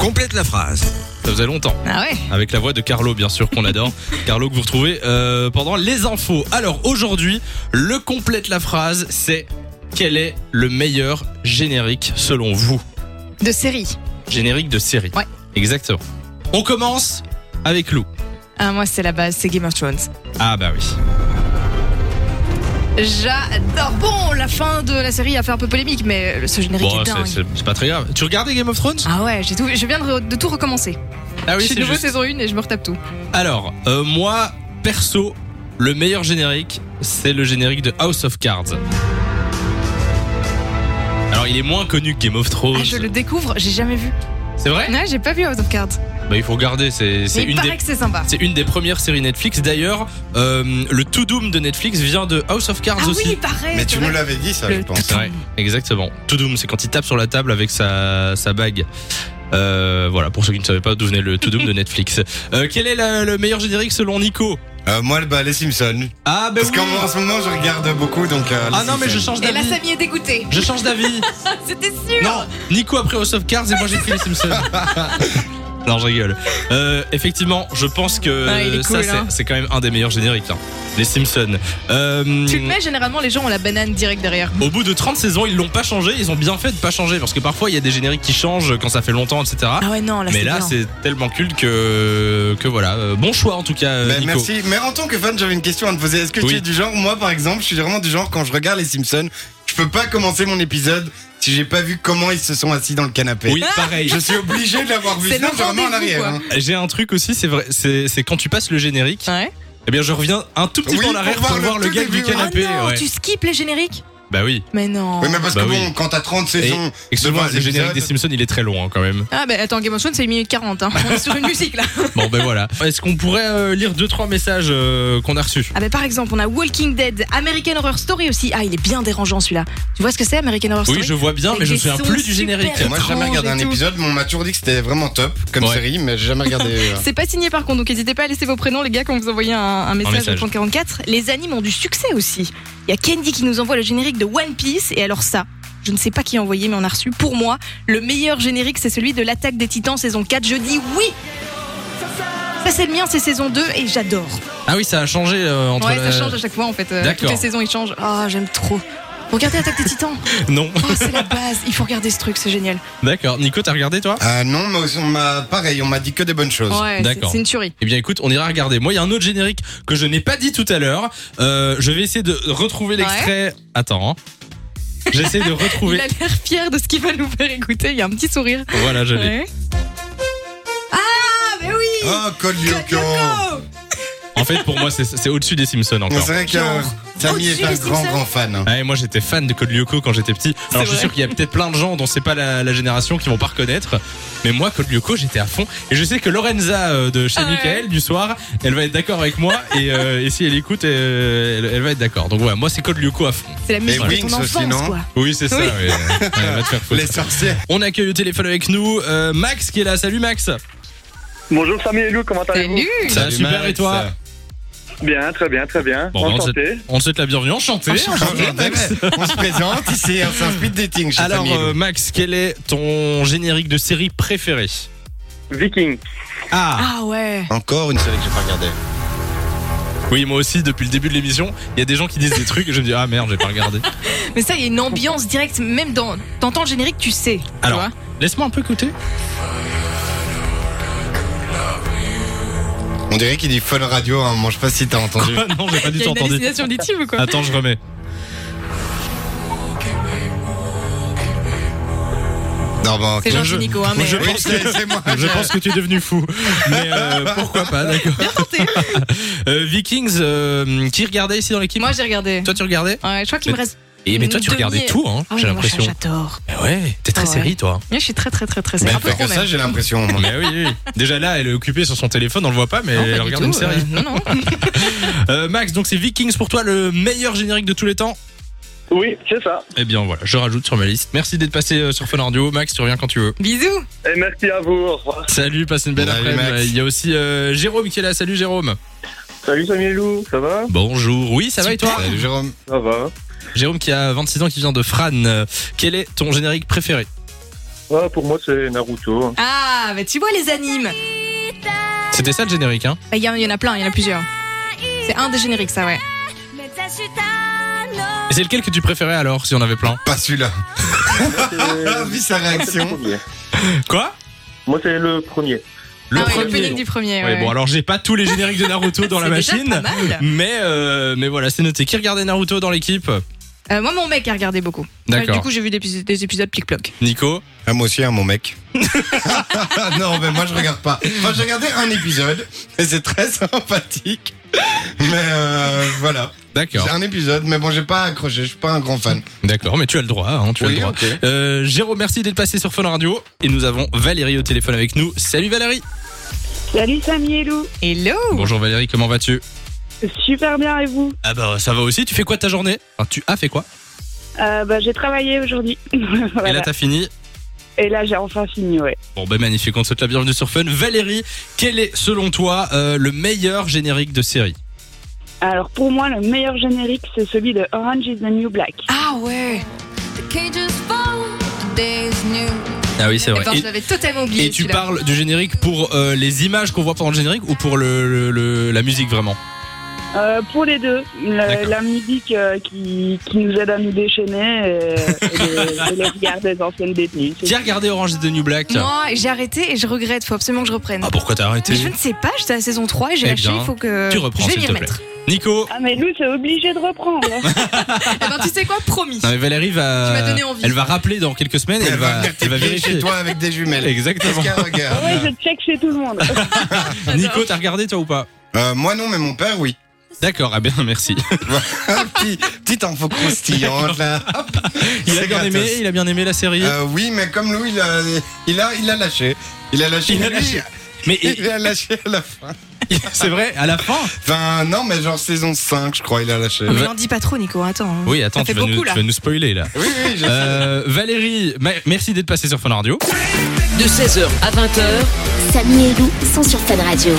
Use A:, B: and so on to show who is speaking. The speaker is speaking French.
A: Complète la phrase.
B: Ça faisait longtemps.
C: Ah ouais
B: Avec la voix de Carlo, bien sûr, qu'on adore. Carlo que vous retrouvez euh, pendant les infos. Alors aujourd'hui, le complète la phrase, c'est quel est le meilleur générique selon vous
C: De série.
B: Générique de série.
C: Ouais.
B: Exactement. On commence avec Lou.
C: Ah, moi, c'est la base, c'est Game of Thrones.
B: Ah bah oui.
C: J'adore. Bon, la fin de la série a fait un peu polémique, mais ce générique
B: Bon,
C: est
B: c'est-
C: dingue.
B: c'est c'est pas très grave. Tu regardais Game of Thrones
C: Ah ouais, j'ai tout, je viens de, re- de tout recommencer.
B: Ah
C: je suis de nouveau
B: juste.
C: saison 1 et je me retape tout.
B: Alors, euh, moi, perso, le meilleur générique, c'est le générique de House of Cards. Alors, il est moins connu que Game of Thrones.
C: Ah, je le découvre, j'ai jamais vu.
B: C'est vrai
C: Ouais, j'ai pas vu House of Cards.
B: Bah, il faut regarder. C'est c'est
C: Mais il
B: une
C: paraît
B: des.
C: que c'est sympa.
B: C'est une des premières séries Netflix. D'ailleurs, euh, le To Doom de Netflix vient de House of Cards
C: Ah
B: aussi.
C: oui, pareil.
D: Mais
C: c'est
D: tu
C: vrai.
D: nous l'avais dit, ça,
C: Le
D: je pense.
B: C'est vrai, exactement. To Doom, c'est quand il tape sur la table avec sa, sa bague. Euh, voilà, pour ceux qui ne savaient pas d'où venait le To Doom de Netflix. Euh, quel est la- le meilleur générique selon Nico
D: Euh, moi, bah, les Simpsons.
B: Ah, ben
D: Parce qu'en en ce moment, je regarde beaucoup, donc. euh, les
B: Ah non, mais je
D: Simpsons.
B: change
C: Et là,
B: d'avis.
C: Samy est dégoûté.
B: Je change d'avis.
C: C'était sûr.
B: Non, Nico après House of Cards et moi j'ai pris les Simpsons. Non, je rigole. Euh, effectivement, je pense que
C: Ah, il est
B: ça,
C: cool,
B: c'est-
C: hein.
B: c'est quand même un des meilleurs génériques. hein. Les Simpsons. Euh,
C: Tu le mets, généralement, les gens ont la banane direct derrière.
B: au bout de 30 saisons, ils l'ont pas changé. Ils ont bien fait de pas changer parce que parfois il y a des génériques qui changent quand ça fait longtemps, etc.
C: Ah ouais, non, là,
B: Mais
C: c'est
B: là,
C: bien.
B: c'est tellement culte que, que voilà. Euh, Bon choix en tout cas, euh,
D: Ben,
B: Nico.
D: merci. Mais en tant que fan, j'avais une question à te poser. Est-ce que
B: Oui.
D: tu es du genre, moi par exemple, je suis vraiment du genre quand je regarde les Simpsons, je peux pas commencer mon épisode si j'ai pas vu comment ils se sont assis dans le canapé.
C: Ah,
B: Oui, pareil.
D: Je suis obligé de l'avoir vu.
C: C'est
D: Sinon,
C: le
D: je remets en
C: rendez-vous,
D: arrière.
C: quoi.
D: hein.
B: J'ai un truc aussi, c'est vrai, c'est c'est quand tu passes le générique,
C: Ah Ouais.
B: eh bien je reviens un tout petit
D: Oui,
B: peu en arrière
D: pour
B: pour
D: voir le
B: voir le
D: tout
B: gars
D: début,
B: du
D: ouais.
C: Ah
B: canapé.
C: non,
B: ouais.
C: tu skippes les génériques
B: Bah oui.
C: Mais non.
D: Oui, mais parce
B: Bah
D: que
B: oui.
D: bon, quand t'as 30 saisons. devant
B: Excuse-moi,
D: les
B: le générique
D: épisodes-
B: des Simpsons, il est très long hein, quand même.
C: Ah bah attends, Game of Thrones c'est 1 minute 40, hein. on est sur une musique là.
B: Bon, ben voilà. Est-ce qu'on pourrait euh, lire deux trois messages euh, qu'on a reçus
C: Ah bah par exemple, on a Walking Dead, American Horror Story aussi. Ah il est bien dérangeant celui-là. Tu vois ce que c'est American Horror Story
B: Oui, je vois bien,
C: Avec
B: mais je me
C: des
B: souviens
C: sons
B: plus du
C: super
B: générique.
D: Moi, j'ai jamais
C: étrange
D: regardé
C: et
D: un
C: tout.
D: épisode, mais on m'a toujours dit que c'était vraiment top comme
B: Ouais.
D: série, mais j'ai jamais regardé. euh.
C: C'est pas signé par contre, donc n'hésitez pas à laisser vos prénoms les gars quand vous envoyez un, un message,
B: message.
C: au 3044. Les animes ont du succès aussi. Il y a Candy qui nous envoie le générique de One Piece et alors ça, je ne sais pas qui a envoyé mais on a reçu. Pour moi, le meilleur générique c'est celui de l'attaque des titans saison 4. Je dis oui Ça c'est le mien, c'est saison 2 et j'adore.
B: Ah oui, ça a changé euh, entre
C: Ouais,
B: la-
C: ça change à chaque fois en fait. Euh,
B: D'accord.
C: Toutes les saisons ils changent. Ah, j'aime trop. Regardez Attaque des Titans.
B: Non.
C: Oh, c'est la base. Il faut regarder ce truc, c'est génial.
B: D'accord. Nico, t'as regardé toi
D: Ah non, mais on m'a pareil, on m'a dit que des bonnes choses.
C: Ouais, c'est
B: D'accord.
C: c'est une tuerie.
B: Eh bien, écoute, on ira regarder. Moi, il y a un autre générique que je n'ai pas dit tout à l'heure. Euh, je vais essayer de retrouver l'extrait. Attends. hein. J'essaie de retrouver.
C: Il a l'air fier de ce qu'il va nous faire écouter. Il y a un petit sourire.
B: Voilà, je l'ai.
C: Ouais. Ah, mais oui Oh.
D: Oh, Code Lyoko.
C: Yoko
B: En fait, pour moi, c'est- c'est au-dessus des Simpsons
D: Mais
B: encore.
D: C'est vrai que
C: Genre,
D: euh, Samy
C: au-dessus
D: est un
C: des
D: grand,
C: Simpsons.
D: grand fan. hein.
B: Ouais, moi j'étais fan de Code Lyoko quand j'étais petit. Alors je suis
C: vrai.
B: sûr qu'il y a peut-être plein de gens dont c'est pas la, la génération qui vont pas reconnaître. Mais moi, Code Lyoko, j'étais à fond. Et je sais que Lorenza euh, de chez
C: Ah ouais.
B: Michael du soir, elle va être d'accord avec moi. et, euh, et si elle écoute, euh, elle, elle va être d'accord. Donc voilà, moi c'est Code Lyoko à fond.
C: C'est la musique de
D: Wings
C: ton
D: aussi,
C: enfance,
D: non
C: quoi.
B: Oui, c'est ça.
C: Oui.
B: ouais. Ouais, elle va te faire foutre.
D: Les sorciers.
B: On accueille au téléphone avec nous euh, Max qui est là. Salut Max.
E: Bonjour Samy et Lou, comment allez-vous
C: Salut
B: Ça va
D: Salut,
B: super
D: Max.
B: et toi
E: Bien, très bien, très bien.
B: Bon, ben, on, te souhaite,
E: Enchanté.
B: on te souhaite la bienvenue. Enchanté. Enchanté, Max.
D: On se présente ici, hein, c'est un speed dating chez
B: Alors
D: Samy et Lou.
B: euh, Max, quel est ton générique de série préféré
E: Viking.
B: Ah.
C: Ah ouais
D: Encore une série que j'ai pas regardée.
B: Oui, moi aussi, depuis le début de l'émission, il y a des gens qui disent des trucs et je me dis, ah merde, j'ai pas regardé.
C: Mais ça, il y a une ambiance directe, même dans. T'entends le générique, tu sais. tu
B: Alors,
C: vois.
B: laisse-moi un peu écouter.
D: On dirait qu'il dit Fun Radio, hein. moi je sais pas si t'as entendu.
B: Ah non, j'ai pas
C: il
B: du
C: y a
B: tout
C: une
B: entendu.
C: hallucination auditive ou quoi
B: Attends, je remets.
D: Non, bon, ok.
C: C'est gentil, Nico, hein, mais.
B: Je
D: Oui,
B: pense que,
D: c'est c'est moi.
B: je pense que tu es devenu fou. Mais euh, pourquoi pas, d'accord.
C: Bien tenté
B: Euh, Vikings, euh, qui regardait ici dans l'équipe
C: Moi, j'ai regardé.
B: Toi, tu regardais
C: Ouais, je crois qu'il me
B: Mais-
C: reste.
B: Et mais toi, tu
C: Demi-
B: regardais tout, hein,
C: Ah ouais,
B: j'ai
C: mais moi,
B: l'impression.
C: J'adore.
B: Mais ouais, t'es très
C: Ah ouais.
B: série, toi.
C: Mais je suis très, très, très, très.
D: Mais
C: un peu
D: pas que
C: trop
D: ça,
C: même.
D: j'ai l'impression. moi.
B: Mais oui, oui. Déjà là, elle est occupée sur son téléphone, on le voit pas, mais
C: Non, pas
B: elle
C: du
B: regarde
C: tout,
B: une série.
C: euh, non, non.
B: Euh, Max, donc c'est Vikings pour toi le meilleur générique de tous les temps
E: Oui, c'est ça.
B: Eh bien voilà, je rajoute sur ma liste. Merci d'être passé euh, sur Fun Radio. Max, tu reviens quand tu veux.
C: Bisous.
E: Et merci à vous. Au revoir.
B: Salut, passez une belle
D: Salut, Max.
B: après-midi. Il y a aussi euh, Jérôme qui est là. Salut Jérôme.
E: Salut Samy et Lou, ça va
B: Bonjour. Oui, ça va et toi
D: Salut Jérôme.
E: Ça va.
B: Jérôme qui a 26 ans, qui vient de Fran. Euh, Quel est ton générique préféré
E: Ah, pour moi, c'est Naruto.
C: Ah, bah tu vois les animes.
B: C'était ça le générique, hein
C: Bah, Il y, en- il y en a plein, il y en a plusieurs. C'est un des génériques, ça, ouais.
B: Et c'est lequel que tu préférais alors, si on avait plein
D: Pas celui-là.
E: C'est-
D: Vu sa
E: c'est le
D: réaction.
E: premier.
B: Quoi
E: Moi, c'est le premier.
C: ah, ouais, l'opening du premier.
B: Ouais,
C: ouais,
B: bon,
C: ouais.
B: alors j'ai pas tous les génériques de Naruto dans la
C: C'est déjà
B: machine.
C: pas mal.
B: Mais, euh, mais voilà, c'est noté. Qui regardait Naruto dans l'équipe
C: Euh, moi, mon mec a regardé beaucoup. Euh,
B: D'accord.
C: Du coup, j'ai vu des, épis- des épisodes plic-ploc.
B: Nico
D: Ah, moi aussi, hein, mon mec. non, mais moi, je regarde pas. Moi, j'ai regardé un épisode, et c'est très sympathique. Mais euh, voilà,
B: D'accord,
D: c'est un épisode, mais bon, j'ai pas accroché, je suis pas un grand fan.
B: d'accord, mais tu as le droit, hein, tu as le droit.
D: ok.
B: Euh, Jérôme, merci d'être passé sur Fun Radio. Et nous avons Valérie au téléphone avec nous. Salut Valérie
A: Salut Samy et Lou.
C: Hello
B: Bonjour Valérie, comment vas-tu
A: Super bien et vous
B: Ah bah ça va aussi, tu fais quoi de ta journée Enfin, tu as fait quoi
A: Euh, bah, J'ai travaillé aujourd'hui. Voilà.
B: Et là t'as fini
A: Et là, j'ai enfin fini, ouais.
B: Bon bah magnifique, on te souhaite la bienvenue sur Fun. Valérie, quel est selon toi euh, le meilleur générique de série
A: Alors pour moi, le meilleur générique, c'est celui de Orange is the New Black.
C: Ah ouais
B: Ah oui c'est
C: Eh ben, Je l'avais totalement oublié.
B: Et tu
C: celui-là.
B: parles du générique pour euh, les images qu'on voit pendant le générique ou pour le, le- le- la musique vraiment
A: Euh, pour les deux, le-
B: D'accord.
A: la musique euh, qui, qui nous aide à nous déchaîner et, et le, et le regard des anciennes détenues.
B: Qui a regardé Orange is the New Black
C: Moi, j'ai arrêté et je regrette. Faut absolument que je reprenne.
B: Ah pourquoi t'as arrêté
C: Mais je ne sais pas, j'étais à la saison 3 et j'ai
B: Eh
C: lâché.
B: bien,
C: Il faut que.
B: Tu reprends
C: Je vais
B: s'il
C: m'y
B: te plaît.
C: remettre.
B: Nico
A: Ah mais Lou, c'est obligé de reprendre.
C: Eh ben, tu sais quoi Promis.
B: Non mais Valérie va...
C: Tu m'as donné envie.
B: Elle va rappeler dans quelques semaines et elle, va,
D: venir
B: elle va
D: t'épier
B: vérifier.
D: chez toi avec des jumelles. Qu'est-ce
B: Exactement.
D: qu'elle regarde
A: ouais, je check chez tout le monde.
B: Nico, t'as regardé toi ou pas
D: Euh, Moi non, mais mon père, oui.
B: D'accord, ah bien merci.
D: Un petit, petite info croustillante là. Hop.
B: Il a bien
D: C'est gratos.
B: aimé, il a bien aimé la série.
D: Euh, oui, mais comme Lou, il a, il a, il a lâché. Il a lâché.
B: Il a
D: lui,
B: lâché. Mais
D: Il a lâché à la fin.
B: c'est vrai, à la fin.
D: Enfin, non, mais genre saison 5, je crois, il a lâché.
C: Mais
B: Va-
C: n'en dis pas trop, Nico. Attends. hein.
B: Oui, attends,
C: Ça
B: tu
C: fait
B: vas, nous,
C: beaucoup
B: tu
C: là.
B: vas nous spoiler là.
D: Oui, oui, je
B: Euh, Valérie, ma- merci d'être passée sur Fun Radio.
F: De 16h à 20h,
G: Samy et Lou sont sur Fan Radio.